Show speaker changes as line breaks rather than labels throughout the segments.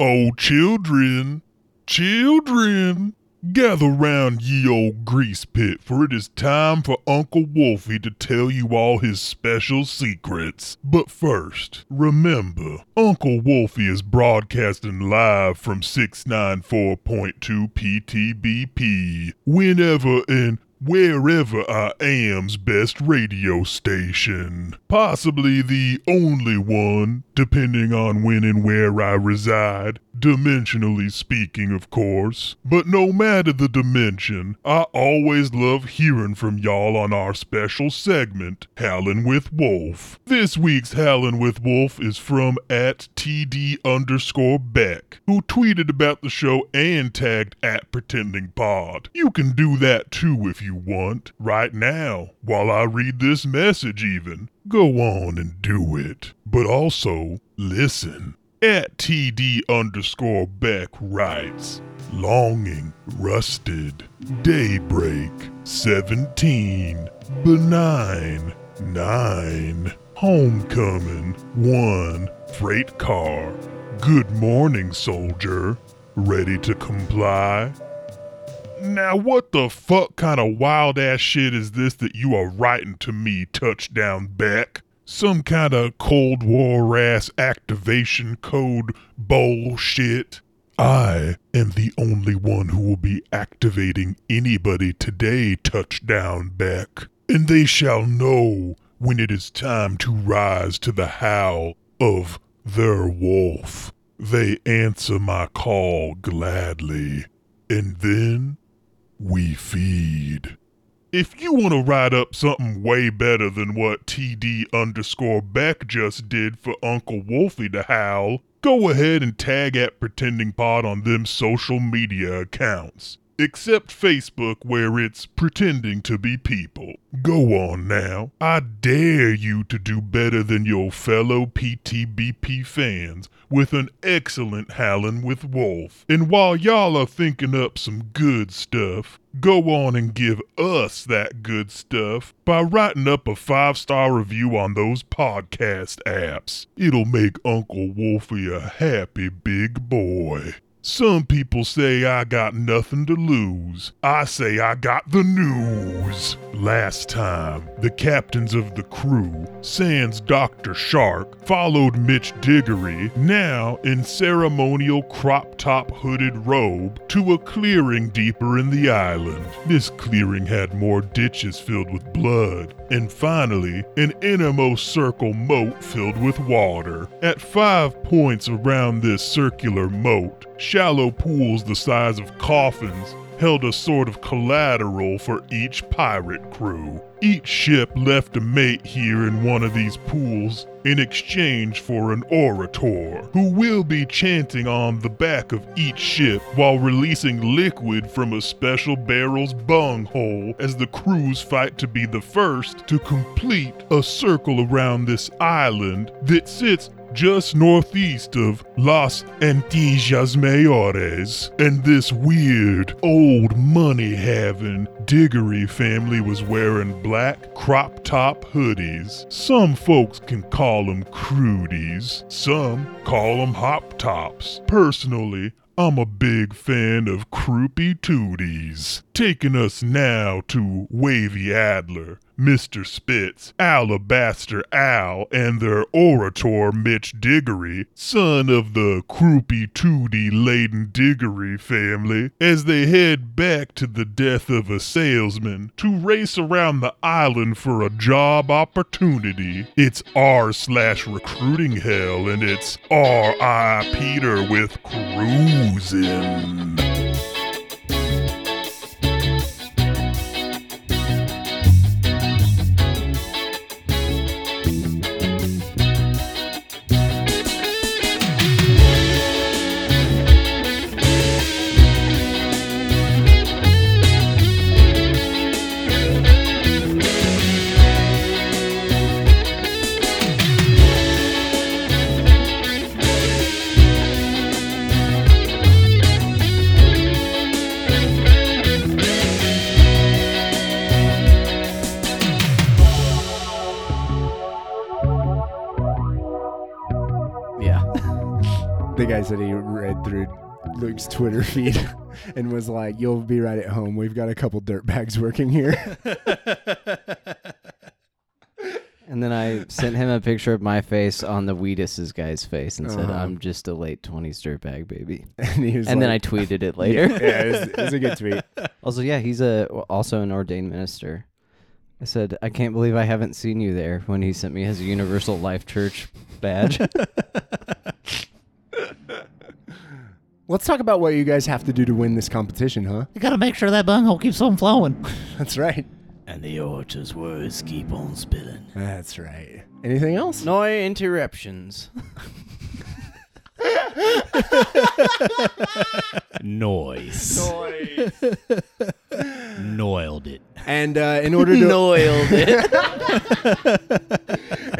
Oh, children, children, gather round ye old grease pit, for it is time for Uncle Wolfie to tell you all his special secrets. But first, remember, Uncle Wolfie is broadcasting live from 694.2 PTBP whenever and wherever I am's best radio station. Possibly the only one, depending on when and where I reside. Dimensionally speaking, of course. But no matter the dimension, I always love hearing from y'all on our special segment, Howlin' with Wolf. This week's Howlin' with Wolf is from at TD underscore Beck, who tweeted about the show and tagged at Pretending Pod. You can do that too if you want, right now, while I read this message, even. Go on and do it. But also, listen. At TD underscore Beck writes, Longing, Rusted, Daybreak, 17, Benign, 9, Homecoming, 1, Freight Car, Good Morning Soldier, Ready to Comply, now, what the fuck kind of wild ass shit is this that you are writing to me, touchdown back? Some kind of Cold War ass activation code bullshit? I am the only one who will be activating anybody today, touchdown back. And they shall know when it is time to rise to the howl of their wolf. They answer my call gladly. And then we feed. If you want to write up something way better than what TD underscore Beck just did for Uncle Wolfie to howl, go ahead and tag at Pretending Pod on them social media accounts. Except Facebook, where it's pretending to be people. Go on now. I dare you to do better than your fellow PTBP fans with an excellent Howlin' with Wolf. And while y'all are thinking up some good stuff, go on and give us that good stuff by writing up a five star review on those podcast apps. It'll make Uncle Wolfie a happy big boy. Some people say I got nothing to lose. I say I got the news. Last time, the captains of the crew, sans Dr. Shark, followed Mitch Diggory, now in ceremonial crop top hooded robe, to a clearing deeper in the island. This clearing had more ditches filled with blood, and finally, an innermost circle moat filled with water. At five points around this circular moat, shallow pools the size of coffins held a sort of collateral for each pirate crew. Each ship left a mate here in one of these pools in exchange for an orator, who will be chanting on the back of each ship while releasing liquid from a special barrel's bunghole as the crews fight to be the first to complete a circle around this island that sits just northeast of Las Antillas Mayores, and this weird, old money having Diggory family was wearing black crop top hoodies. Some folks can call them crudies, some call them hop tops. Personally, I'm a big fan of croupy tooties. Taking us now to Wavy Adler, Mr. Spitz, Alabaster Al, and their orator Mitch Diggory, son of the croupy tootie laden Diggory family, as they head back to the death of a salesman to race around the island for a job opportunity. It's R slash recruiting hell, and it's R.I. Peter with cruising.
realized that he read through Luke's Twitter feed and was like, "You'll be right at home. We've got a couple dirtbags working here."
And then I sent him a picture of my face on the Weeduses guy's face and said,
Uh-huh.
I'm just a late 20s dirtbag baby.
and he was
and then I
like-
tweeted it later.
yeah, it was, it was a good tweet.
Also, yeah, he's a also an ordained minister. I said, I can't believe I haven't seen you there when he sent me his Universal Life Church badge.
Let's talk about what you guys have to do to win this competition, huh?
You gotta make sure that bunghole keeps on flowing.
That's right.
And the orator's words keep on spilling.
That's right. Anything else?
no interruptions.
Noise. Noiled it.
And uh, in order to
Noiled it.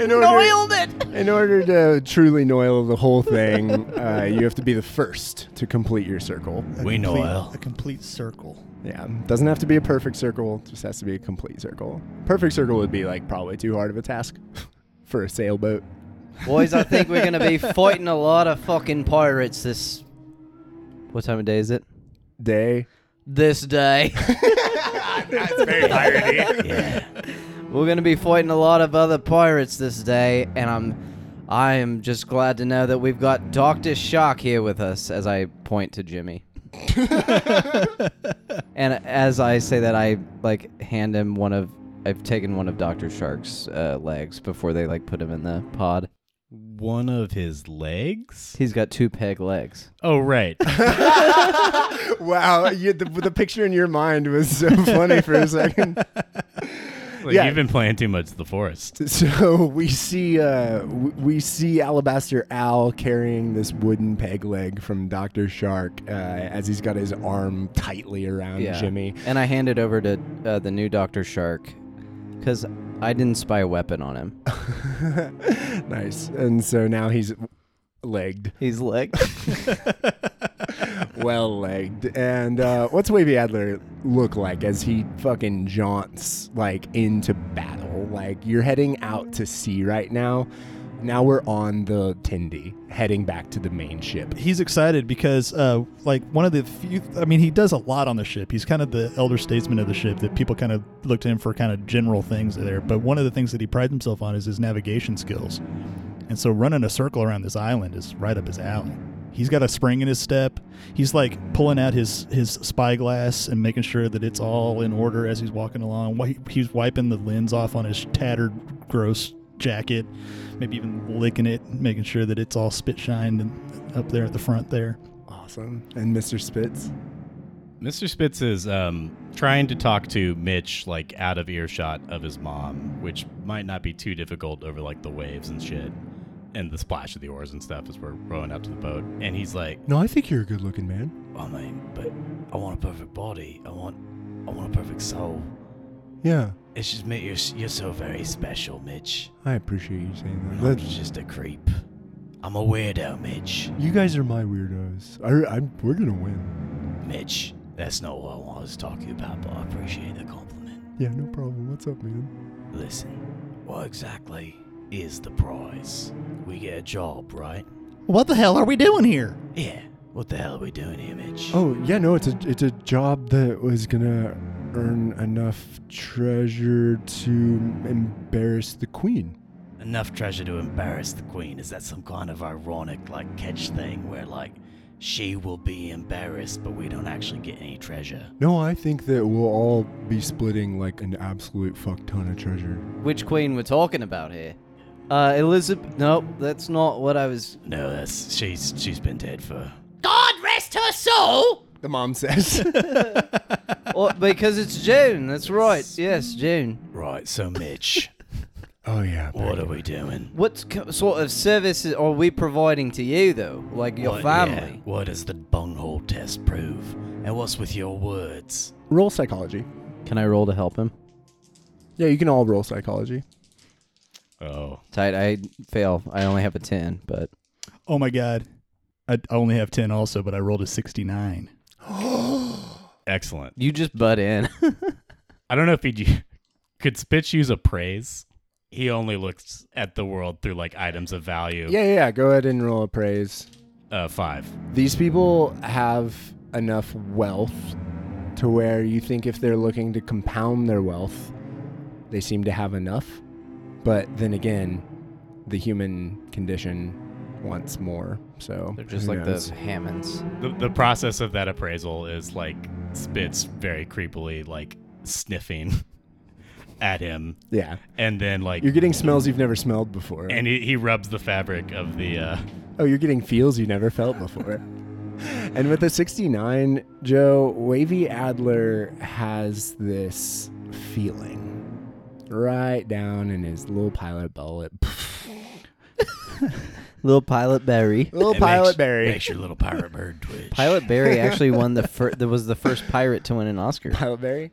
in order, noiled it. In order to truly noil the whole thing, uh, you have to be the first to complete your circle.
We noil.
A complete circle.
Yeah, doesn't have to be a perfect circle; just has to be a complete circle. Perfect circle would be like probably too hard of a task for a sailboat.
Boys, I think we're going to be fighting a lot of fucking pirates this. What time of day is it?
Day.
This day.
That's very irony.
We're gonna be fighting a lot of other pirates this day, and I'm, I am just glad to know that we've got Doctor Shark here with us. As I point to Jimmy, and as I say that, I like hand him one of, I've taken one of Doctor Shark's uh, legs before they like put him in the pod.
One of his legs?
He's got two peg legs.
Oh, right.
wow, you, the, the picture in your mind was so funny for a second.
Like,
Yeah.
You've been playing too much The Forest.
So we see uh, w- we see Alabaster Al carrying this wooden peg leg from Doctor Shark uh, as he's got his arm tightly around Jimmy.
And I hand it over to uh, the new Doctor Shark, because I didn't spy a weapon on him.
nice. And so now he's legged,
He's legged.
well legged. And uh, what's Wavy Adler look like as he fucking jaunts like into battle? Like you're heading out to sea right now. Now we're on the Tindy, heading back to the main ship.
He's excited because, uh, like, one of the few. I mean, he does a lot on the ship. He's kind of the elder statesman of the ship that people kind of look to him for kind of general things there. But one of the things that he prides himself on is his navigation skills. And so running a circle around this island is right up his alley. He's got a spring in his step. He's like pulling out his his spyglass and making sure that it's all in order as he's walking along. Wi- He's wiping the lens off on his tattered, gross jacket, maybe even licking it, making sure that it's all spit shined and up there at the front there.
Awesome. And Mr. Spitz.
Mr. Spitz is um, trying to talk to Mitch, like, out of earshot of his mom, which might not be too difficult over, like, the waves and shit. And the splash of the oars and stuff as we're rowing up to the boat. And he's like,
No, I think you're a good looking man.
I mean, but I want a perfect body. I want, I want a perfect soul.
Yeah,
It's just Mitch. You're, you're so very special, Mitch.
I appreciate you saying
I'm just a creep. I'm a weirdo, Mitch.
you guys are my weirdos. I, I, we're gonna win.
Mitch, that's not what I was talking about, but I appreciate the compliment.
Yeah, no problem. What's up, man?
Listen, what exactly is the prize? We get a job, right?
What the hell are we doing here?
Yeah. What the hell are we doing here, Mitch?
Oh yeah, no, it's a it's a job that was gonna earn enough treasure to embarrass the queen.
Enough treasure to embarrass the queen. Is that some kind of ironic, like, catch thing where, like, she will be embarrassed, but we don't actually get any treasure?
No, I think that we'll all be splitting like an absolute fuck ton of treasure.
which queen we're talking about here. Uh, Elizabeth. Nope, that's not what I was.
No, that's she's she's been dead for.
The mom says.
Oh, because it's June. That's right. Yes, June.
Right. So, Mitch,
oh yeah.
what are we doing?
What co- sort of services are we providing to you, though? Like your
What- yeah,
family?
what does the bunghole test prove? And what's with your words?
Roll psychology.
Can I roll to help him?
Yeah, you can all roll psychology.
Oh,
Tight. I fail. I only have a ten, but
Oh my god. I I only have 10 also, but I rolled a 69.
excellent.
you just butt in.
I don't know if he could Spitz use a praise. He only looks at the world through like items of value.
Yeah, yeah. yeah. Go ahead and roll a praise.
Uh, five.
These people have enough wealth to where you think if they're looking to compound their wealth, they seem to have enough. But then again, the human condition wants more. So
They're just
who
like
knows?
the Hammonds.
The, the process of that appraisal is like Spitz very creepily like sniffing at him,
yeah.
and then like
You're getting smells you've never smelled before.
and he, he rubs the fabric of the. Uh,
Oh, you're getting feels you never felt before. and with a 69, Joe, Wavy Adler has this feeling right down in his little pilot bullet.
Little Pilot Barry.
little
it
pilot
makes-
berry.
makes your little pirate bird twitch.
Pilot Barry actually won the first. That was the first pirate to win an Oscar.
Pilot berry.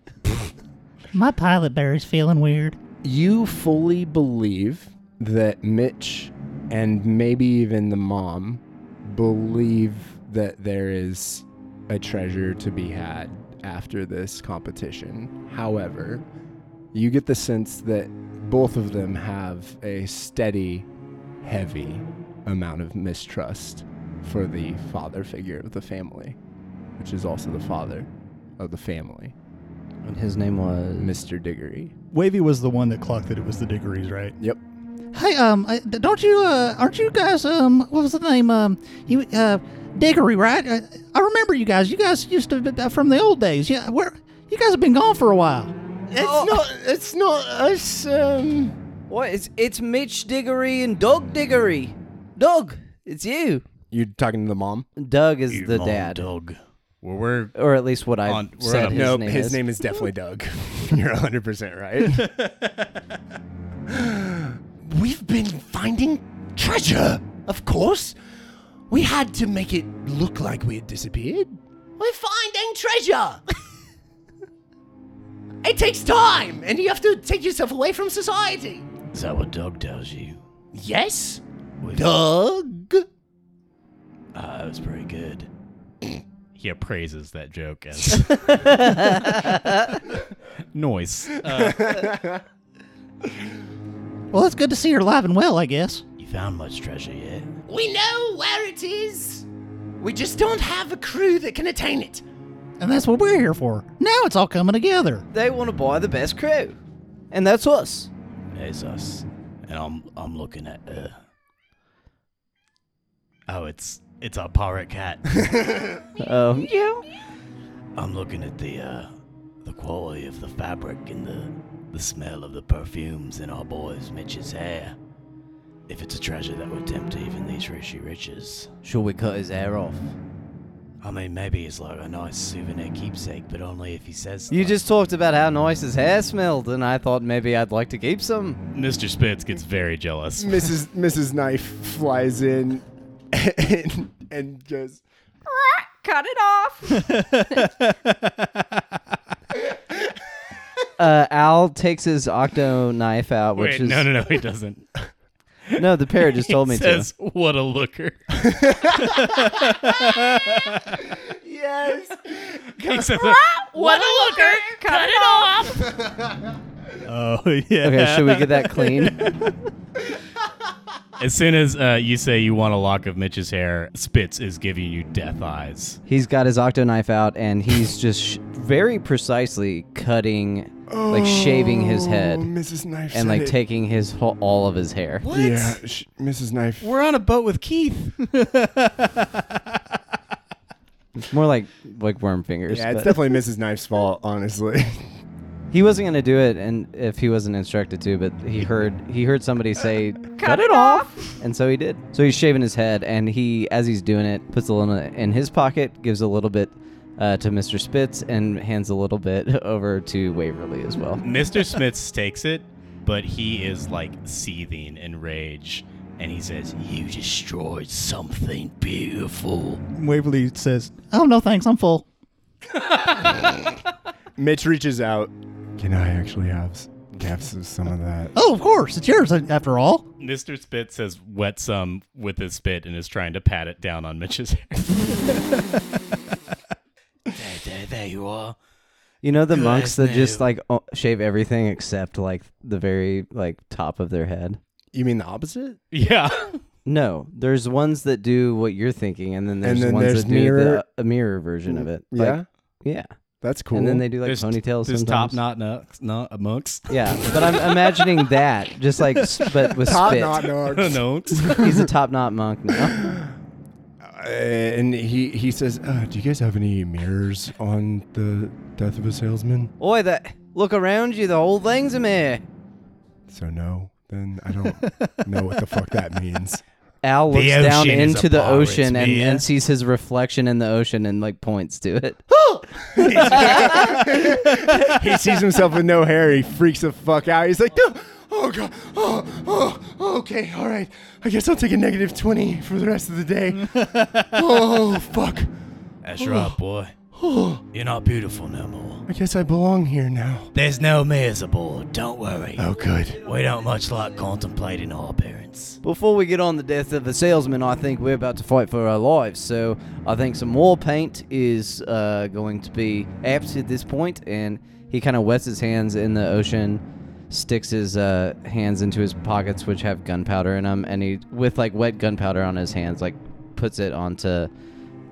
My pilot bear is feeling weird.
You fully believe that Mitch and maybe even the mom believe that there is a treasure to be had after this competition. However, you get the sense that both of them have a steady, heavy amount of mistrust for the father figure of the family, which is also the father of the family,
And his name was
Mr. Diggory.
Wavy was the one that clocked that it was the Diggories, right?
Hey, um, uh, d- don't you, uh, aren't you guys, um, what was the name? Um, you, uh, Diggory, right? I, I remember you guys. You guys used to, uh, from the old days. Yeah, where, you guys have been gone for a while.
It's not. It's not us. Um,
Oh. What? It's it's Mitch Diggory and Doug Diggory. Doug, it's you.
You're talking to the mom.
Doug is the
Mom
dad,
Doug. Well, we're
or at least what I
On- we're
said.
on a-
his
nope,
name
his
is.
name is definitely Doug. You're 100 percent right. We've been finding treasure, of course. We had to make it look like we had disappeared. We're finding treasure. it takes time, and you have to take yourself away from society.
is that what Doug tells you?
Yes, Doug.
Uh, it was pretty good. he appraises that joke as noise. Uh,
Well, it's good to see you're alive and well, I guess.
you found much treasure yet?
We know where it is. We just don't have a crew that can attain it.
And that's what we're here for. Now it's all coming together.
They want to buy the best crew, and that's us.
It's us, and I'm I'm looking at. Uh... Oh, it's it's our pirate cat.
Um, yeah.
I'm looking at the uh, the quality of the fabric and the the smell of the perfumes in our boy's Mitch's hair. If it's a treasure that would tempt even these rishi riches.
Shall we cut his hair off?
I mean, maybe it's like a nice souvenir keepsake, but only if he says.
You just talked about how nice his hair smelled, and I thought maybe I'd like to keep some.
Mr. Spitz gets very jealous.
Mrs. Mrs. Knife flies in and and goes.
Cut it off.
Uh, Al takes his octo knife out, which
Wait,
is
no, no, no, he doesn't.
No, the parrot just told me
says, "What a looker!"
Yes.
he says,
what a looker. Cut it off.
Oh yeah.
to. Okay, should we get that clean?
As soon as uh, you say you want a lock of Mitch's hair, Spitz is giving you death eyes.
he's got his octo knife out, and he's just sh- very precisely cutting, like shaving his
Oh,
head,
Mrs. Knife.
and
said
like
it.
taking his whole, all of his hair.
What?
Yeah, sh- Mrs. Knife.
We're on a boat with Keith.
It's more like like worm fingers.
Yeah, it's
but-
definitely Mrs. Knife's fault, honestly.
he wasn't gonna do it, and if he wasn't instructed to, but he heard he heard somebody say,
Cut it off.
and so he did. So he's shaving his head, and he, as he's doing it, puts a little in his pocket, gives a little bit uh, to Mr. Spitz, and hands a little bit over to Waverly as well.
Mr. Smith takes it, but he is like seething in rage, and he says, "You destroyed something beautiful."
Waverly says,
Oh, no thanks, I'm full.
Mitch reaches out. Can I actually have s- have s- some of that?
Oh, of course, it's yours uh, after all.
Mr. Spitz has wet some with his spit and is trying to pat it down on Mitch's hair. there, there, there you are.
You know the
Good
monks
as
that just
new.
like o- shave everything except like the very like top of their head.
You mean the opposite?
Yeah.
No, there's ones that do what you're thinking, and then there's
then
ones
there's
that do
mirror-
the, a mirror version of it. Like,
Mm, yeah,
yeah.
that's cool.
And then they do like
There's-
ponytails.
There's top
sometimes.
knot nuts, not monks.
Yeah, but I'm imagining that just like s- but with
top
spit.
knot narcs.
Notes.
He's a top knot monk now.
Uh, and he he says, uh, "Do you guys have any mirrors on the death of a salesman?"
Oi, that look around you. The whole thing's a mirror.
So no, then I don't know what the fuck that means.
Al looks down
ocean is
into
a
the
bar, it's
ocean and,
me.
and sees his reflection in the ocean and like points to it.
he sees himself with no hair. He freaks the fuck out. He's like, no. Oh god. Oh, oh, oh, okay. All right. I guess I'll take a negative 20 for the rest of the day. oh, fuck.
That's right, boy. You're not beautiful no more.
I guess I belong here now.
There's no mirrors aboard. Don't worry.
Oh, good.
We don't much like contemplating our parents.
Before we get on the death of a salesman, I think we're about to fight for our lives. So I think some more paint is uh, going to be apt at this point, and he kind of wets his hands in the ocean, sticks his uh, hands into his pockets, which have gunpowder in them, and he, with like wet gunpowder on his hands, like puts it onto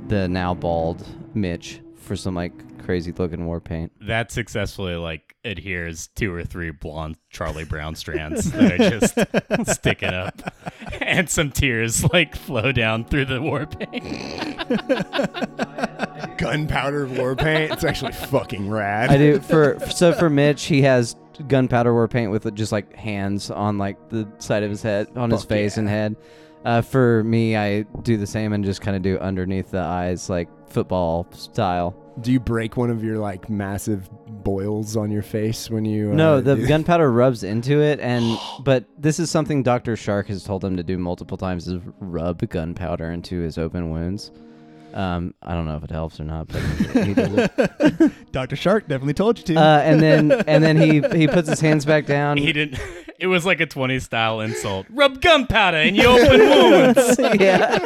the now bald Mitch for some like crazy looking war paint.
That successfully like adheres two or three blonde Charlie Brown strands that are just sticking up, and some tears like flow down through the war paint.
Gunpowder war paint. It's actually fucking rad.
I do for so for Mitch, he has gunpowder war paint with just like hands on like the side of his head, on his
Fuck
face and head. Uh, for me, I do the same and just kind of do underneath the eyes, like football style.
Do you break one of your like massive boils on your face when you? uh,
No, the
do-
gunpowder rubs into it, and but this is something Doctor Shark has told him to do multiple times: is rub gunpowder into his open wounds. Um, I don't know if it helps or not, but he does it.
Dr. Shark definitely told you to.
Uh, and then and then he he puts his hands back down.
He didn't. It was like a 20 style insult. Rub gunpowder in your open wounds.
yeah.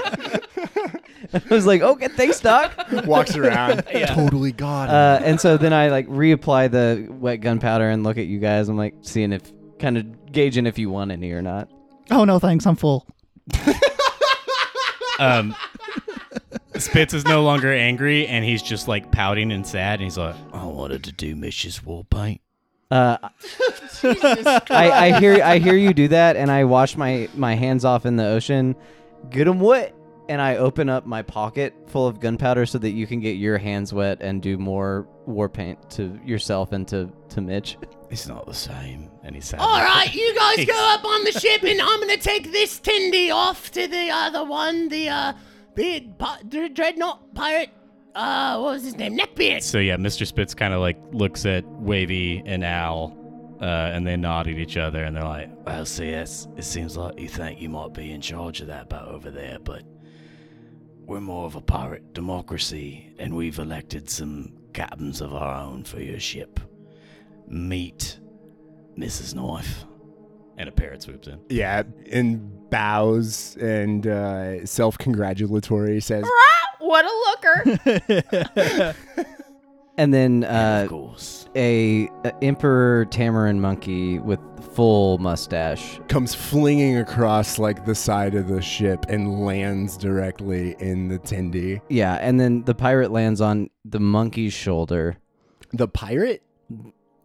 I was like, okay, thanks, Doc.
walks around. Totally got it.
Uh, and so then I like reapply the wet gunpowder and look at you guys. I'm like seeing if kind of gauging if you want any or not.
Oh no, thanks. I'm full.
Um, Spitz is no longer angry, and he's just like pouting and sad. And he's like, "I wanted to do Mitch's wall paint."
Uh, I, I hear I hear you do that, and I wash my my hands off in the ocean, get 'em wet, and I open up my pocket full of gunpowder so that you can get your hands wet and do more war paint to yourself and to to Mitch.
It's not the same. And he's sad.
All right, you guys go up on the ship, and I'm gonna take this Tindy off to the other one, the uh, the pi- the dreadnought pirate. Uh, what was his name? Neckbeard.
So yeah, Mr. Spitz kind of like looks at Wavy and Al, uh, and they nod at each other, and they're like, "Well, CS, it seems like you think you might be in charge of that boat over there, but we're more of a pirate democracy, and we've elected some captains of our own for your ship. Meet Mrs. Knife." And a parrot swoops in.
yeah, and bows and uh, self-congratulatory says,
What a looker.
And then uh,
of course.
a, a emperor tamarin monkey with full mustache.
comes flinging across like the side of the ship and lands directly in the Tindy.
Yeah, and then the pirate lands on the monkey's shoulder.
The pirate?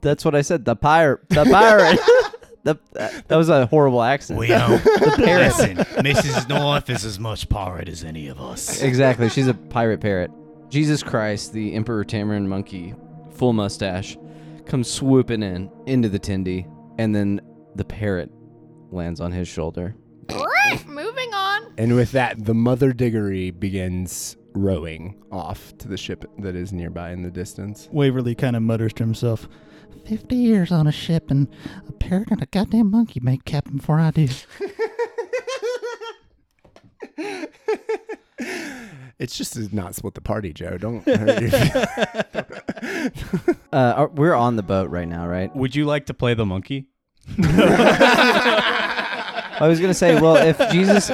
That's what I said. The pirate. The pirate. the, that, that was a horrible accent.
We don't.
parrot.
Listen, Mrs. Knife is as much pirate as any of us.
Exactly. She's a pirate parrot. Jesus Christ, the emperor tamarin monkey, full mustache, comes swooping in into the Tindy, and then the parrot lands on his shoulder.
Brrr, Moving on.
And with that, the mother diggory begins rowing off to the ship that is nearby in the distance.
Waverly kind of mutters to himself,
50 years on a ship and a parrot and a goddamn monkey made captain before I do.
It's just to not split the party, Joe. Don't hurt your feelings.
Uh, are- we're on the boat right now, right?
Would you like to play the monkey?
I was gonna say, well, if Jesus,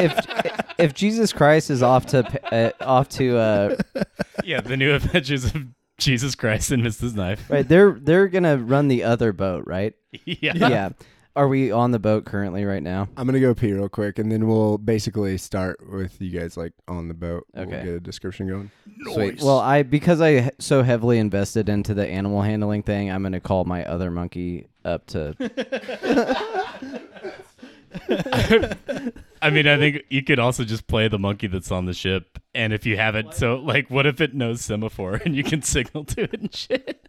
if if Jesus Christ is off to pa- uh, off to uh,
Yeah, the new adventures of Jesus Christ and Mrs. Knife.
right, they're they're gonna run the other boat, right?
yeah.
Yeah. are we on the boat currently right now?
I'm gonna go pee real quick, and then we'll basically start with you guys like on the boat. We'll
Okay.
get a description going.
Sweet. Well, I because I he- so heavily invested into the animal handling thing, I'm gonna call my other monkey up to.
I mean, I think you could also just play the monkey that's on the ship, and if you have it, so like, what if it knows semaphore and you can signal to it and shit?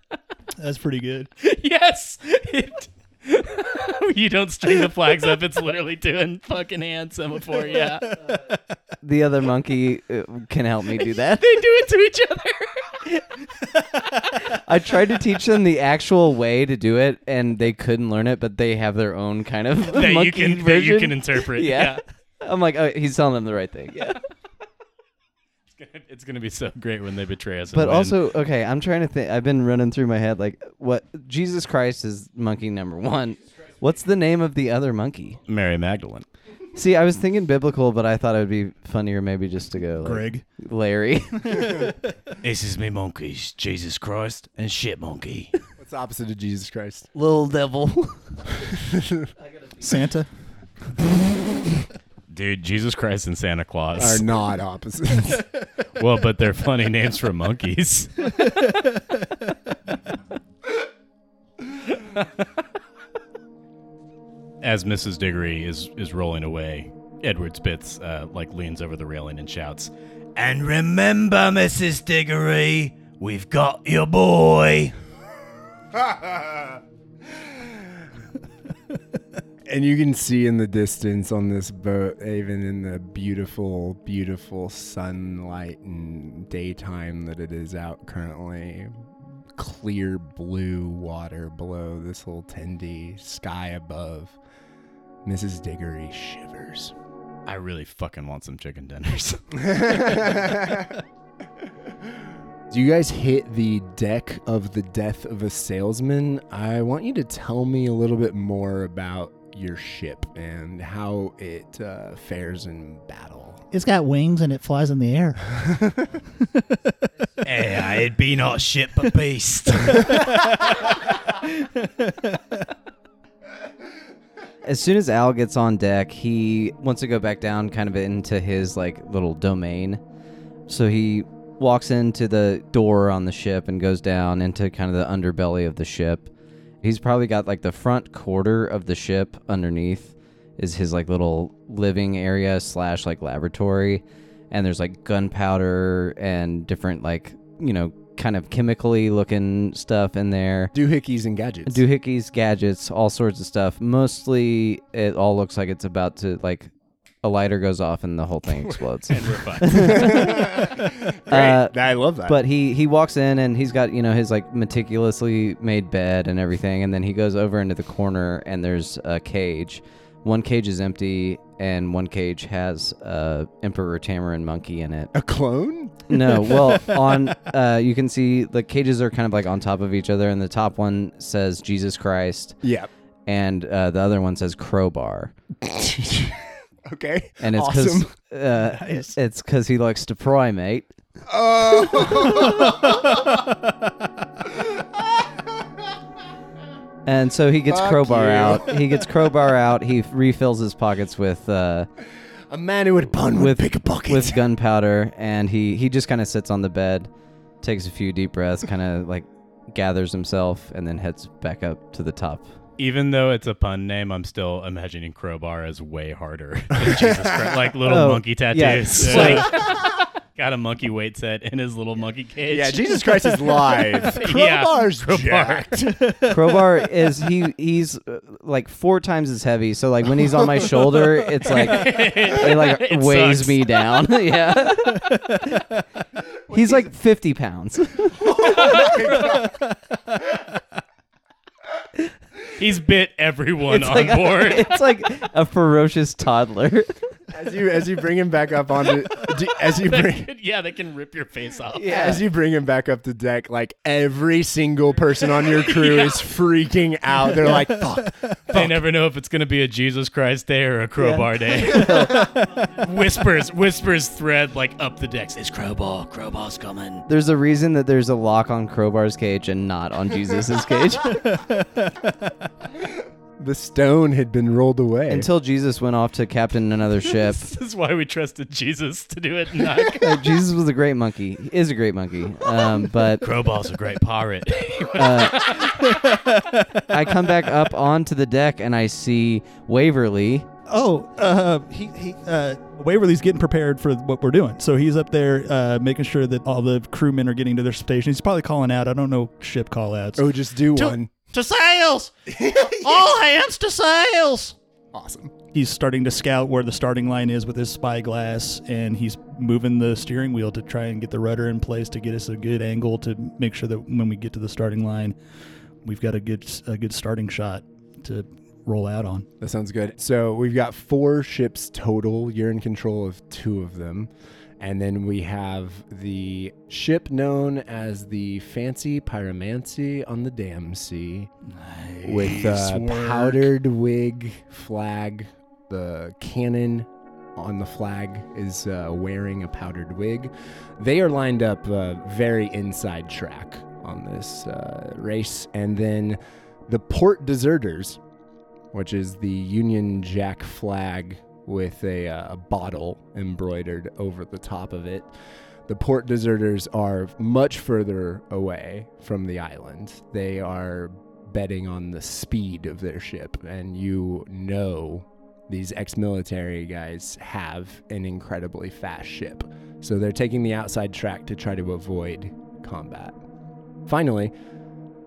That's pretty good.
yes, it. you don't string the flags up; it's literally doing fucking hand semaphore. Yeah, they do
the other monkey uh, can help me do that.
it to each other.
I tried to teach them the actual way to do it, and they couldn't learn it, but they have their own kind of
that
monkey
you can that
version.
you can interpret.
yeah. I'm like, oh, he's telling them the right thing. Yeah.
yeah. it's gonna be so great when they betray us. and
But
win.
also, okay, I'm trying to think. I've been running through my head like, what? Jesus Christ is monkey number one. What's the name of the other monkey?
Mary Magdalene.
See, I was thinking biblical, but I thought it would be funnier maybe just to go like,
Greg.
Larry.
This is me monkeys, Jesus Christ, and shit monkey.
What's the opposite of Jesus Christ?
Little devil.
Santa.
Dude, Jesus Christ and Santa
Are
Claus.
not opposites.
well, but they're funny names for monkeys. As Mrs. Diggory is is rolling away, Edward Spitz uh, like leans over the railing and shouts, "And remember, Mrs. Diggory, we've got your boy."
And you can see in the distance on this boat, even in the beautiful, beautiful sunlight and daytime that it is out currently, clear blue water below this little tendy, sky above. Mrs. Diggory shivers.
I really fucking want some chicken dinners.
Do you guys hit the deck of the death of a salesman? I want you to tell me a little bit more about your ship and how it uh, fares in battle.
It's got wings and it flies in the air.
yeah, it be not shit but beast.
as soon as Al gets on deck, he wants to go back down kind of into his like little domain. So he walks into the door on the ship and goes down into kind of the underbelly of the ship. He's probably got like the front quarter of the ship underneath is his like little living area slash like laboratory. And there's like gunpowder and different like, you know, kind of chemically looking stuff in there
Doohickeys and gadgets.
doohickeys, gadgets, all sorts of stuff. Mostly, it all looks like it's about to like a lighter goes off and the whole thing explodes.
and we're fine.
Uh,
I love that.
but he he walks in and he's got you know his like meticulously made bed and everything, and then he goes over into the corner and there's a cage. One cage is empty, and one cage has uh, Emperor Tamarin monkey in it.
a clone?
No, well, on uh, you can see the cages are kind of like on top of each other, and the top one says Jesus Christ,
Yeah.
and uh, the other one says crowbar.
okay.
And it's because
awesome.
uh, it's 'cause he likes to pry, mate.
Oh.
and so he gets
Fuck
crowbar
you.
out. He gets crowbar out. He refills his pockets with uh,
A man who would pun
with
with pick a pocket.
with gunpowder, and he he just kind of sits on the bed, takes a few deep breaths, kind of like gathers himself, and then heads back up to the top.
Even though it's a pun name, I'm still imagining crowbar as way harder. than Jesus Christ. Like little
Oh,
monkey
yeah.
tattoos.
Yeah.
Like got a monkey weight set in his little monkey cage.
yeah, Jesus Christ is live.
Yeah,
Crowbar's
crowbar.
jacked.
Crowbar is he he's uh, like four times as heavy. So like when he's on my shoulder, it's like it like
It
weighs
sucks.
me down. yeah. he's like fifty pounds.
He's bit everyone on
like-
board.
it's like a ferocious toddler.
As you as you bring him back up onto do- as you bring
yeah, they can rip your face off.
As you bring him back up to deck, like every single person on your crew is freaking out. They're like, fuck.
They never know if it's gonna be a Jesus Christ day or a crowbar day. whispers, whispers thread like up the decks. It's crowbar, crowbar's coming.
There's a reason that there's a lock on Crowbar's cage and not on Jesus's cage.
The stone had been rolled away.
Until Jesus went off to captain another ship.
This is why we trusted Jesus to do it. Not
Like, Uh, Jesus was a great monkey. He is a great monkey. Um, but
Crowball's a great pirate.
I come back up onto the deck and I see Waverly.
Oh, uh, he, he uh, Waverly's getting prepared for what we're doing. So he's up there uh, making sure that all the crewmen are getting to their station. He's probably calling out. I don't know ship call outs.
oh, just do one.
To sales! All hands to sales!
Awesome.
He's starting to scout where the starting line is with his spyglass, and he's moving the steering wheel to try and get the rudder in place to get us a good angle to make sure that when we get to the starting line, we've got a good a good starting shot to roll out on.
That sounds good. So we've got four ships total. You're in control of two of them. And then we have the ship known as the Fancy Pyromancy on the Dam Sea with the powdered wig flag. The cannon on the flag is uh, wearing a powdered wig. They are lined up uh, very inside track on this uh, race. And then the Port Deserters which is the Union Jack flag with a, uh, a bottle embroidered over the top of it. The port deserters are much further away from the island. They are betting on the speed of their ship, and you know these ex military guys have an incredibly fast ship. So they're taking the outside track to try to avoid combat. Finally,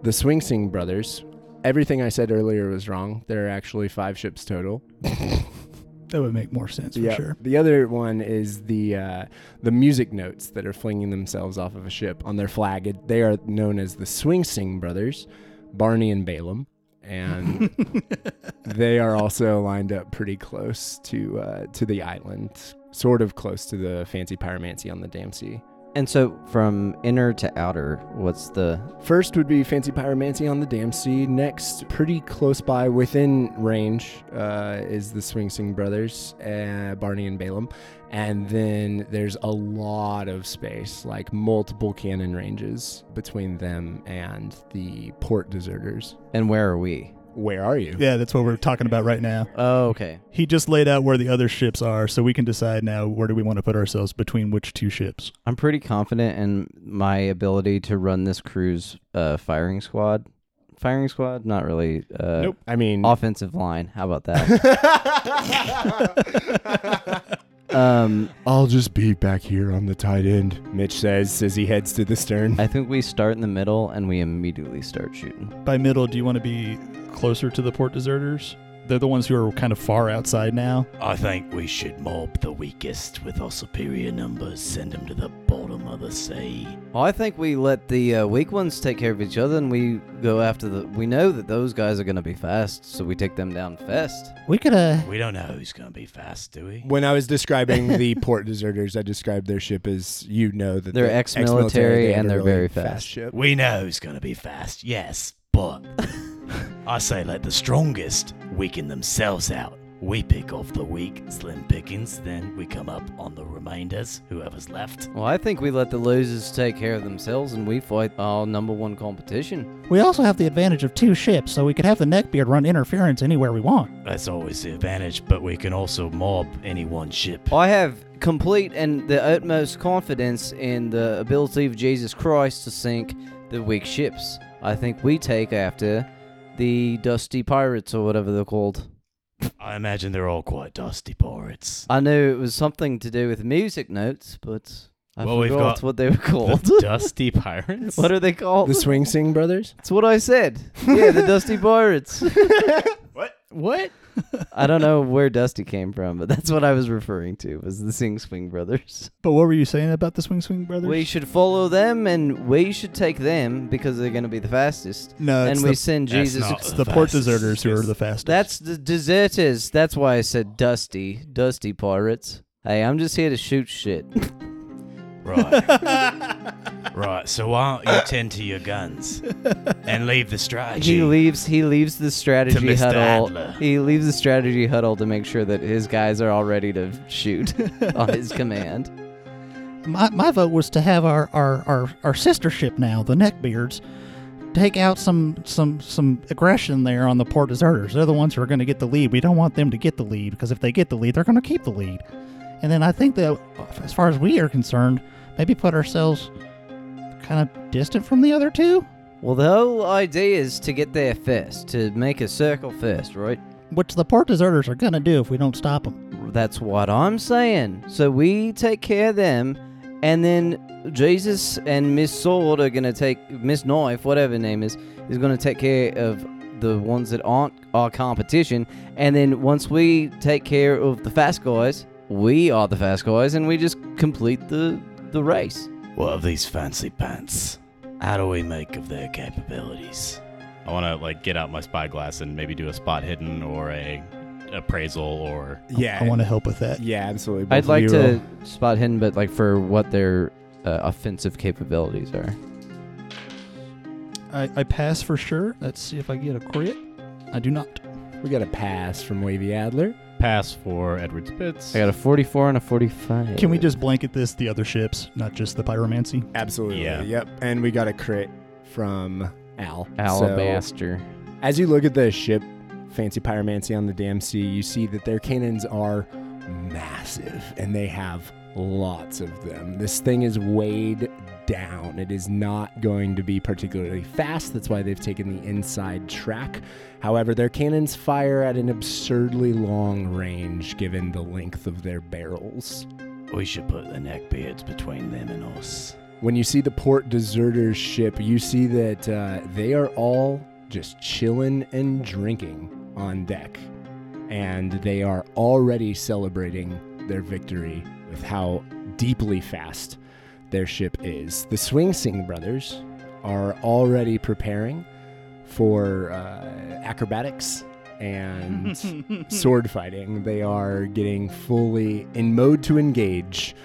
the Swingsing brothers. Everything I said earlier was wrong. There are actually five ships total.
That would make more sense for sure.
The other one is the uh, the music notes that are flinging themselves off of a ship on their flag. It, they are known as the Swingsing brothers, Barney and Balaam, and they are also lined up pretty close to uh, to the island, sort of close to the fancy pyromancy on the damn sea.
And so from inner to outer, what's the
First would be Fancy Pyromancy on the Dam Sea. Next, pretty close by, within range, uh, is the Swing Sing Brothers, uh, Barney and Balaam. And then there's a lot of space, like multiple cannon ranges between them and the port deserters.
and where are we?
Where are you?
Yeah, that's what we're talking about right now.
Oh, okay.
He just laid out where the other ships are, so we can decide now where do we want to put ourselves between which two ships.
I'm pretty confident in my ability to run this crew's uh, firing squad. Firing squad? Not really. Uh,
Nope.
I mean,
Offensive line. How about that? um,
I'll just be back here on the tight end, Mitch says as he heads to the stern.
I think we start in the middle and we immediately start shooting.
By middle, do you want to be closer to the port deserters? They're the ones who are kind of far outside now.
I think we should mob the weakest with our superior numbers, send them to the bottom of the sea.
Well, I think we let the uh, weak ones take care of each other and we go after the. We know that those guys are going to be fast, so we take them down fast.
We could, uh,
We don't know who's going to be fast, do we?
When I was describing the port deserters, I described their ship as you know that
They're
the
ex-military
they had
and
a
they're
really
very fast.
ship.
We know who's going to be fast, yes, but I say let the strongest weaken themselves out. We pick off the weak, slim pickings, then we come up on the remainders, whoever's left.
Well, I think we let the losers take care of themselves and we fight our number one competition.
we also have the advantage of two ships, so we could have the neckbeard run interference anywhere we want.
That's always the advantage, but we can also mob any one ship.
I have complete and the utmost confidence in the ability of Jesus Christ to sink the weak ships. I think we take after the Dusty Pirates or whatever they're called.
I imagine they're all quite dusty pirates.
I knew it was something to do with music notes, but I
Well, we've
forgot
got
what they were called.
The dusty pirates?
what are they called?
The Swing Sing brothers?
That's what I said. Yeah, the Dusty Pirates.
What?
I don't know where Dusty came from, but that's what I was referring to was the Sing Swing Brothers.
But what were you saying about the Swing Swing Brothers?
We should follow them and we should take them because they're going to be the fastest.
no, it's
and
the,
we send
that's
Jesus.
not-
it's the port
fastest.
deserters who are the fastest.
That's the deserters. That's why I said Dusty. Dusty Pirates. Hey, I'm just here to shoot shit.
Right. right, so why don't you tend to your guns and leave the strategy?
He leaves. He leaves the strategy
Mr.
huddle.
Adler.
He leaves the strategy huddle to make sure that his guys are all ready to shoot on his command.
My, my vote was to have our, our, our, our sister ship now, the Neckbeards, take out some some some aggression there on the poor deserters. They're the ones who are going to get the lead. We don't want them to get the lead because if they get the lead, they're going to keep the lead. And then I think that as far as we are concerned, maybe put ourselves kind of distant from the other two.
Well, the whole idea is to get there first, to make a circle first, right?
Which the port deserters are going to do if we don't stop them.
That's what I'm saying. So we take care of them, and then Jesus and Miss Sword are gonna take Miss Knife, whatever her name is, is gonna take care of the ones that aren't our competition. And then once we take care of the fast guys, we are the fast guys, and we just complete the the race.
What of these fancy pants? How do we make of their capabilities?
I want to like get out my spyglass and maybe do a spot hidden or a appraisal or
Yeah.
I want to help with that.
Yeah, absolutely. Both
I'd
of
like
you
to
roll.
spot hidden, but like for what their uh, offensive capabilities are.
I, I pass for sure. Let's see if I get a crit. I do not.
We got a pass from Wavy Adler.
pass for Edward Spitz.
I got a 44 and a 45.
Can we just blanket this the other ships, not just the pyromancy?
Absolutely.
Yeah.
Yep. And we got a crit from Al. So,
alabaster?
as you look at the ship, fancy pyromancy on the DMC, you see that their cannons are massive and they have lots of them. This thing is weighed down. It is not going to be particularly fast. That's why they've taken the inside track. However, their cannons fire at an absurdly long range given the length of their barrels.
We should put the neckbeards between them and us.
When you see the port deserters ship, you see that uh, they are all just chilling and drinking on deck. And they are already celebrating their victory with how deeply fast their ship is. The Swing Sing brothers are already preparing for uh, acrobatics and sword fighting. They are getting fully in mode to engage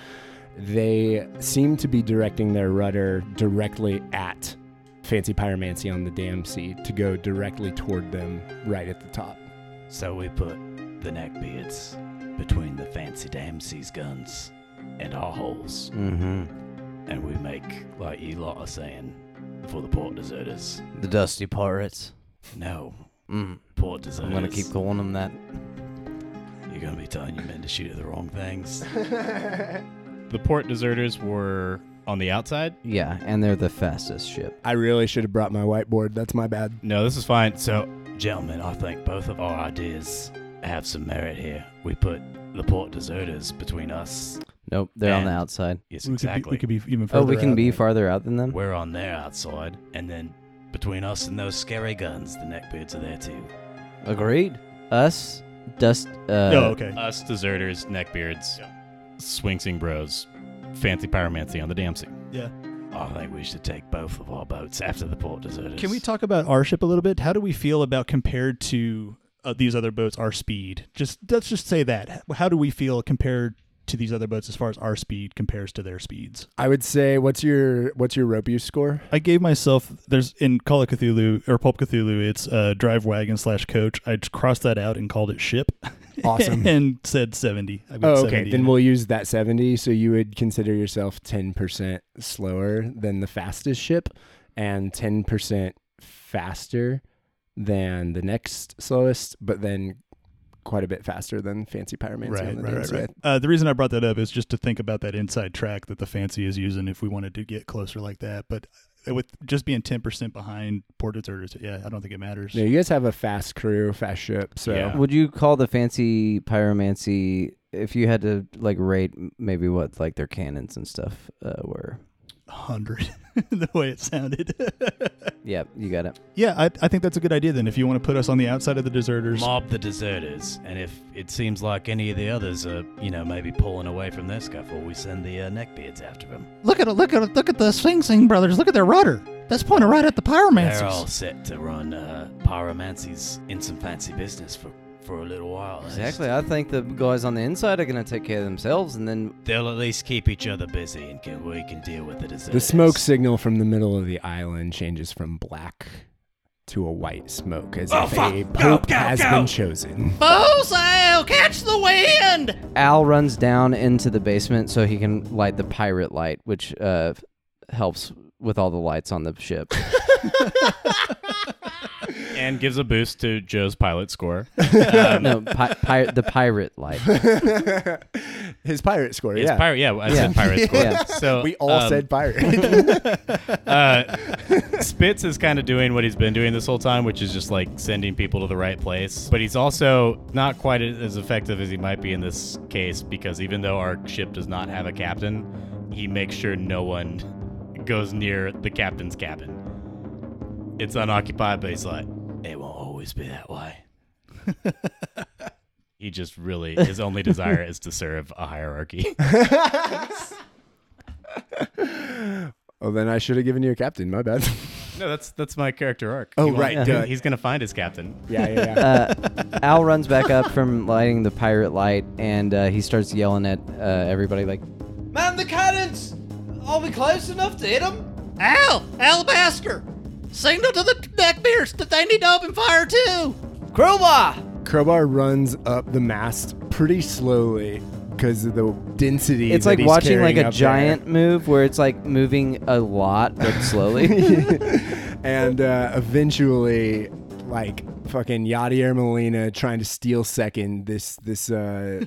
they seem to be directing their rudder directly at Fancy Pyromancy on the dam sea to go directly toward them right at the top.
So we put the neckbeards between the fancy damsey's guns and our holes,
Mm-hmm.
and we make, like you lot are saying, for the port deserters.
The Dusty Pirates.
No,
Mm.
port deserters.
I'm gonna keep calling them that.
You're gonna be telling your men to shoot at the wrong things.
The port deserters were on the outside.
Yeah, and they're the fastest ship.
I really should have brought my whiteboard. That's my bad.
No, this is fine. So
Gentlemen, I think both of our ideas have some merit here. We put the port deserters between us.
Nope, they're on the
And-
outside.
Yes,
We
exactly.
Could be, we could be even
Oh,
further.
we can
out.
be farther out than them.
We're on their outside, and then between us and those scary guns, the neckbeards are there too.
Agreed. Us, Dust. Uh,
Oh, okay.
us deserters, neckbeards, swingsing bros, fancy pyromancy on the damn sea.
yeah.
I think we should take both of our boats after the port deserters.
Can we talk about our ship a little bit? How do we feel about compared to uh, these other boats? Our speed. Just let's just say that. How do we feel compared to these other boats as far as our speed compares to their speeds?
I would say, what's your what's your rope use score?
I gave myself there's in Call of Cthulhu or Pulp Cthulhu, it's uh, drive wagon slash coach. I just crossed that out and called it ship.
Awesome.
and said seventy. I got
Oh, okay.
70.
Then we'll use that 70. So you would consider yourself 10% slower than the fastest ship and 10% faster than the next slowest, but then quite a bit faster than Fancy Pyromancy
Right,
on the
right, right,
Dam Sea.
right. Uh, the reason I brought that up is just to think about that inside track that the fancy is using if we wanted to get closer like that. But uh, with just being ten percent behind port deserters, yeah, I don't think it matters.
No, you guys have a fast crew, fast ship. So
Yeah.
Would you call the fancy pyromancy if you had to like rate m- maybe what like their cannons and stuff uh, were?
Hundred, the way it sounded.
Yeah, you got it.
yeah, I, I think that's a good idea. Then, if you want to put us on the outside of the deserters,
mob the deserters? And if it seems like any of the others are, you know, maybe pulling away from their scuffle, we send the uh, neckbeards after them.
Look at it! Look at it! Look at the Swing Sing brothers! Look at their rudder! That's pointed right at the
They're all
pyromancers.
set to run uh, pyromancies in some fancy business for, for a little while. at least.
Exactly. I think the guys on the inside are gonna take care of themselves, and then
They'll at least keep each other busy, and can, we can deal with the deserters.
the smoke signal from the middle of the island changes from black to a white smoke as
Oh,
if a pope has been chosen.
Bowsail, catch the wind!
Al runs down into the basement so he can light the pirate light, which uh, helps with all the lights on the ship.
and gives a boost to Joe's pilot score.
no, pi- pirate the pirate life.
His pirate score.
It's
yeah.
pirate. Yeah, I said pirate score.
Yeah.
So
we all
um,
said pirate.
Spitz is kind of doing what he's been doing this whole time, which is just like sending people to the right place. But he's also not quite as effective as he might be in this case because even though our ship does not have a captain, he makes sure no one goes near the captain's cabin. It's unoccupied, but he's like, it won't always be that way. he just really, his only desire is to serve a hierarchy.
oh, then I should have given you a captain. My bad.
no, that's that's my character arc.
Oh,
He won't-
right,
he-
Uh,
duh.
he's going to find his captain.
yeah, yeah,
Uh,
yeah.
Al runs back up from lighting the pirate light, and uh, he starts yelling at uh, everybody like, "Man, the cannons! Are we close enough to hit them?"
Al! Alabaster! Signal to the neck beers that they need to open fire too!
Crowbar!
Crowbar runs up the mast pretty slowly because of the density.
It's
that
like
he's
watching
carrying
like a
up there.
giant move where it's like moving a lot but slowly.
and uh, eventually, like fucking Yadier Molina trying to steal second. This this uh,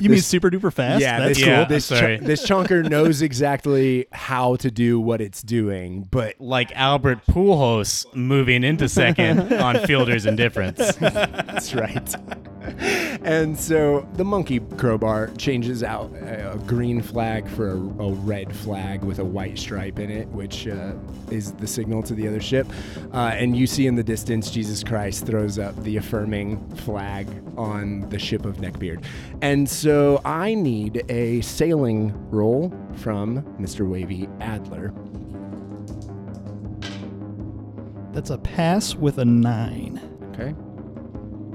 You mean super duper fast?
yeah
That's
this
cool. Yeah, I'm
this,
sorry.
this chunker knows exactly how to do what it's doing, but
like Albert Pujols moving into second on Fielder's Indifference.
That's right. And so the monkey crowbar changes out a a green flag for a, a red flag with a white stripe in it, which uh, is the signal to the other ship. Uh, and you see in the distance, Jesus Christ throws up the affirming flag on the ship of Neckbeard. And so I need a sailing roll from Mr. Wavy Adler.
That's a pass with a nine.
Okay.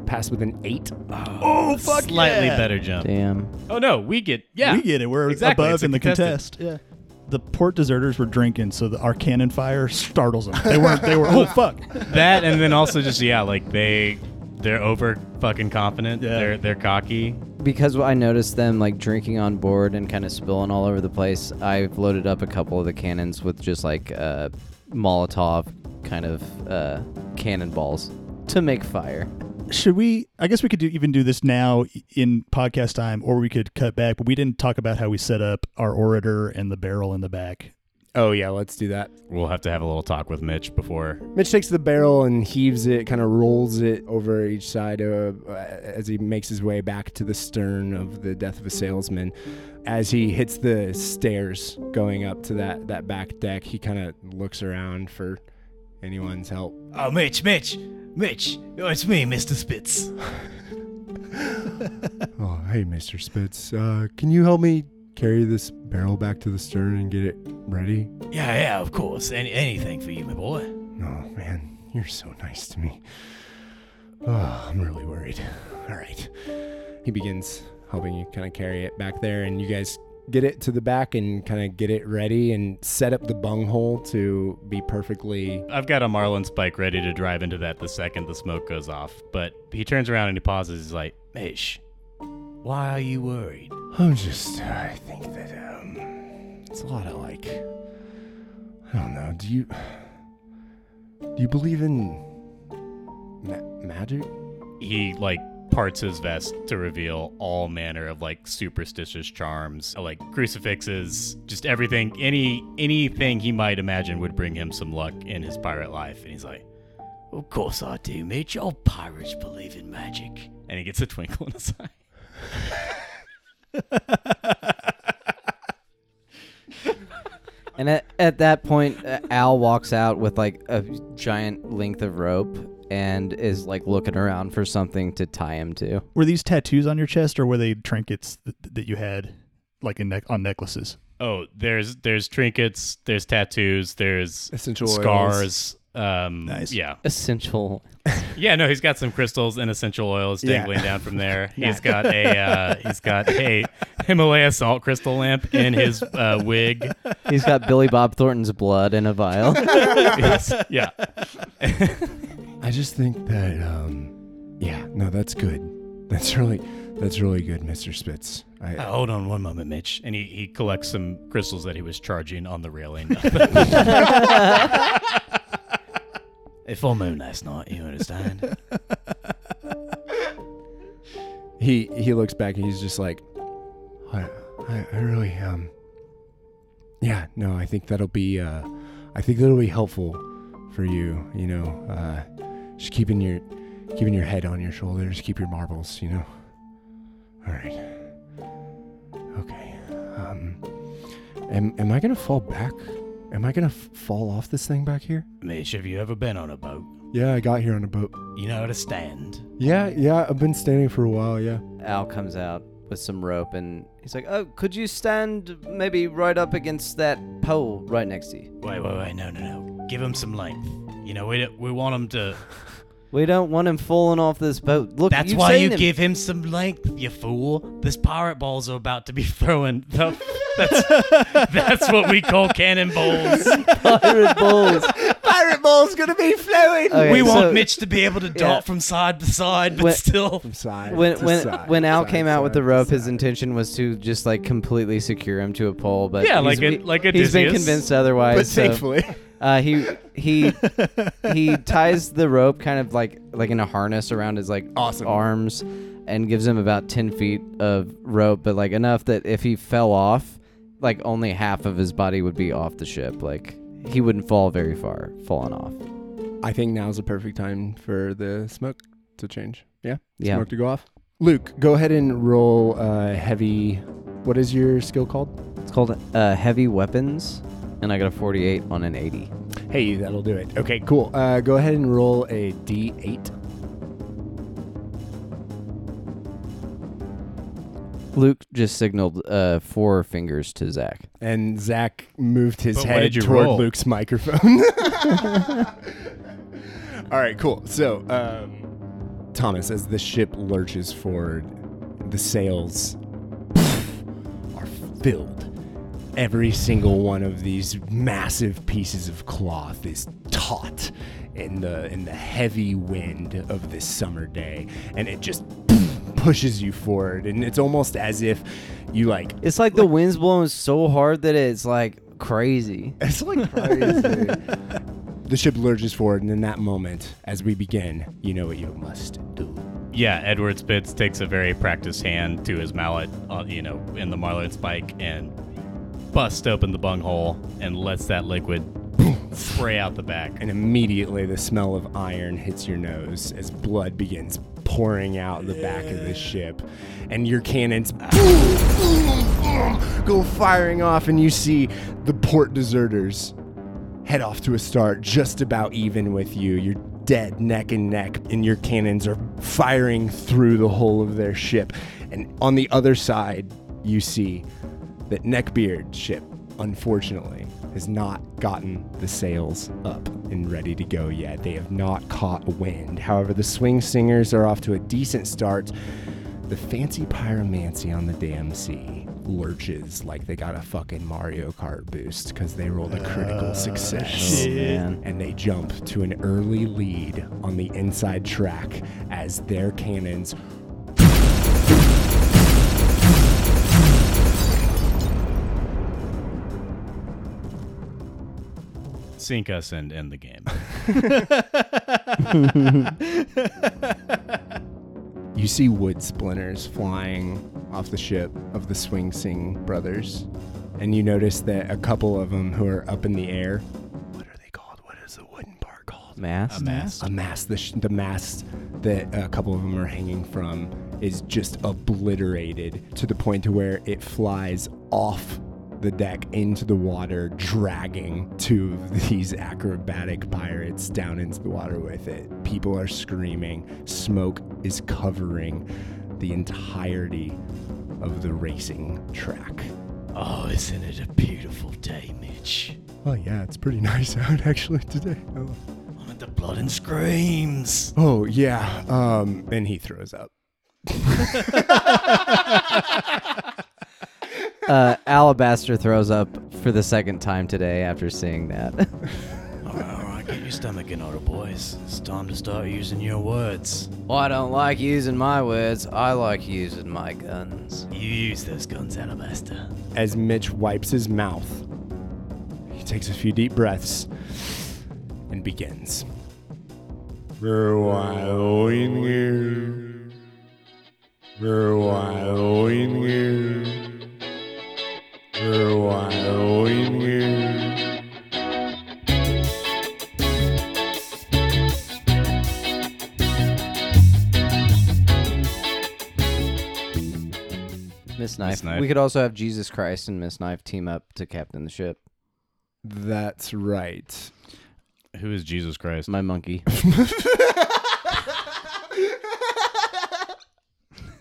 Pass with an eight.
Oh, fuck Slightly better jump.
Damn.
Oh, no, we get, yeah.
We get it. We're
Exactly. It's
above
a
in the contest.
contested.
Yeah. The port deserters were drinking, so the, our cannon fire startles them. They weren't. They were. Oh fuck!
That and then also just, yeah, like they, they're over fucking confident.
Yeah.
They're, they're cocky.
Because I noticed them like drinking on board and kind of spilling all over the place, I've loaded up a couple of the cannons with just like uh, Molotov kind of uh, cannonballs to make fire.
Should we? I guess we could do, even do this now in podcast time, or we could cut back. But we didn't talk about how we set up our orator and the barrel in the back.
Oh, yeah, let's do that.
We'll have to have a little talk with Mitch before.
Mitch takes the barrel and heaves it, kind of rolls it over each side of, uh, as he makes his way back to the stern of the death of a salesman. As he hits the stairs going up to that, that back deck, he kind of looks around for anyone's help.
Oh, Mitch, Mitch, Mitch. Oh, it's me, Mr. Spitz.
Oh, hey, Mr. Spitz. Uh, can you help me carry this barrel back to the stern and get it ready?
Yeah, yeah, of course. Any, anything for you, my boy.
Oh, man, you're so nice to me. Oh, I'm really worried. All right. He begins helping you kind of carry it back there, and you guys get it to the back and kind of get it ready and set up the bunghole to be perfectly.
I've got a Marlin spike ready to drive into that the second the smoke goes off. But he turns around and he pauses. He's like,
Mitch, why are you worried?
I'm just, I think that, um, it's a lot of like, I don't know, do you, do you believe in ma- magic?
he like parts his vest to reveal all manner of like superstitious charms like crucifixes just everything any anything he might imagine would bring him some luck in his pirate life and he's like
Of course I do, Mitch. All pirates believe in magic.
and he gets a twinkle in his eye
And at, at that point, uh, Al walks out with like a giant length of rope and is like looking around for something to tie him to.
Were these tattoos on your chest, or were they trinkets th- that you had, like in neck on necklaces?
oh there's there's trinkets there's tattoos there's
Essential oils.
scars um
Nice.
yeah
Essential.
yeah no he's got some crystals and essential oils
Yeah.
dangling down from there he's got a uh, he's got a himalaya salt crystal lamp in his uh, wig
He's got Billy Bob Thornton's blood in a vial.
Yes. yeah
I just think that, um, yeah, no, that's good. That's really, that's really good, Mr. Spitz. I,
Uh, hold on one moment, Mitch.
and he, he collects some crystals that he was charging on the railing.
A full moon last night, you understand?
He he looks back and he's just like, I I, I really um. Yeah, no, I think that'll be uh, I think that'll be helpful for you. You know, uh, just keeping your keeping your head on your shoulders, keep your marbles. You know. All right. Okay. Um, am am I gonna fall back? Am I gonna f- fall off this thing back here?
Mitch, have you ever been on a boat?
Yeah, I got here on a boat.
You know how to stand.
Yeah, yeah, I've been standing for a while. Yeah.
Al comes out with some rope and he's like, "Oh, could you stand maybe right up against that pole right next to you?
Wait, wait, wait, no, no, no. Give him some length. You know, we don't- we want him to.
We don't want him falling off this boat. Look,
That's
you've
why
seen
you
him.
give him some length, you fool. This pirate balls are about to be thrown. The- That's, that's what we call cannonballs.
pirate balls.
Pirate ball's gonna be flowing.
Okay,
we want
so-
Mitch to be able to dart
yeah.
from side to side, but
When-
still.
From side
when
to
when
side,
when Al
side
came
to
out with
side
the rope,
to
his
side.
intention was to just like completely secure him to a pole, but
Yeah, like
he's-
a- like a
he's been
Odysseus.
convinced otherwise.
But
so,
thankfully,
uh, he he he ties the rope kind of like like in a harness around his like
Awesome.
arms, and gives him about ten feet of rope, but like enough that if he fell off, like only half of his body would be off the ship, like. He wouldn't fall very far, falling off.
I think now's the perfect time for the smoke to change. Yeah,
Yeah.
smoke to go off. Luke, go ahead and roll uh, heavy. What is your skill called?
It's called uh, heavy weapons, and I got a 48 on an 80.
Hey, that'll do it. Okay, cool. Uh, go ahead and roll a d8.
Luke just signaled uh, four fingers to Zach.
And Zach moved his
But what
head
did you
toward
roll?
Luke's microphone. All right, cool. So, um, Thomas, as the ship lurches forward, the sails are filled. Every single one of these massive pieces of cloth is taut in the in the heavy wind of this summer day, and it just pushes you forward. And it's almost as if you like
It's like the wind's blowing so hard that it's like crazy.
it's like crazy. the ship lurches forward, and in that moment, as we begin, you know what you must do.
Yeah, Edward Spitz takes a very practiced hand to his mallet, uh, you know, in the marline spike and busts open the bunghole and lets that liquid spray out the back.
And immediately, the smell of iron hits your nose as blood begins pouring out the back of the ship, and your cannons boom, boom, boom, go firing off, and you see the port deserters head off to a start just about even with you. You're dead neck and neck, and your cannons are firing through the hull of their ship. And on the other side, you see that Neckbeard ship, unfortunately, has not gotten the sails up and ready to go yet. They have not caught wind. However, the swing singers are off to a decent start. The fancy pyromancy on the damn sea lurches like they got a fucking Mario Kart boost because they rolled a critical success
Man.
and they jump to an early lead on the inside track as their cannons
Sink us and end the game.
you see wood splinters flying off the ship of the swing sing brothers and you notice that a couple of them who are up in the air what are they called what is the wooden bar called
Mass?
a mast the, sh- the mast that a couple of them are hanging from is just obliterated to the point to where it flies off the deck into the water dragging two of these acrobatic pirates down into the water with it people are screaming smoke is covering the entirety of the racing track
Oh, isn't it a beautiful day, Mitch?
oh yeah it's pretty nice out actually today oh,
I'm at the blood and screams.
oh yeah um and he throws up
Uh, Alabaster throws up for the second time today after seeing that.
All right, all right, get your stomach in order, boys. It's time to start using your words.
well, I don't like using my words. I like using my guns.
You use those guns, Alabaster.
as Mitch wipes his mouth. He takes a few deep breaths and begins. For a while in here. For a while in here. For a while in here.
Miss Knife.
Knife.
We could also have Jesus Christ and Miss Knife team up to captain the ship.
That's right.
Who is Jesus Christ?
My monkey.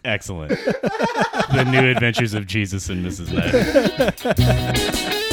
Excellent. the new adventures of Jesus and Mrs. Knight.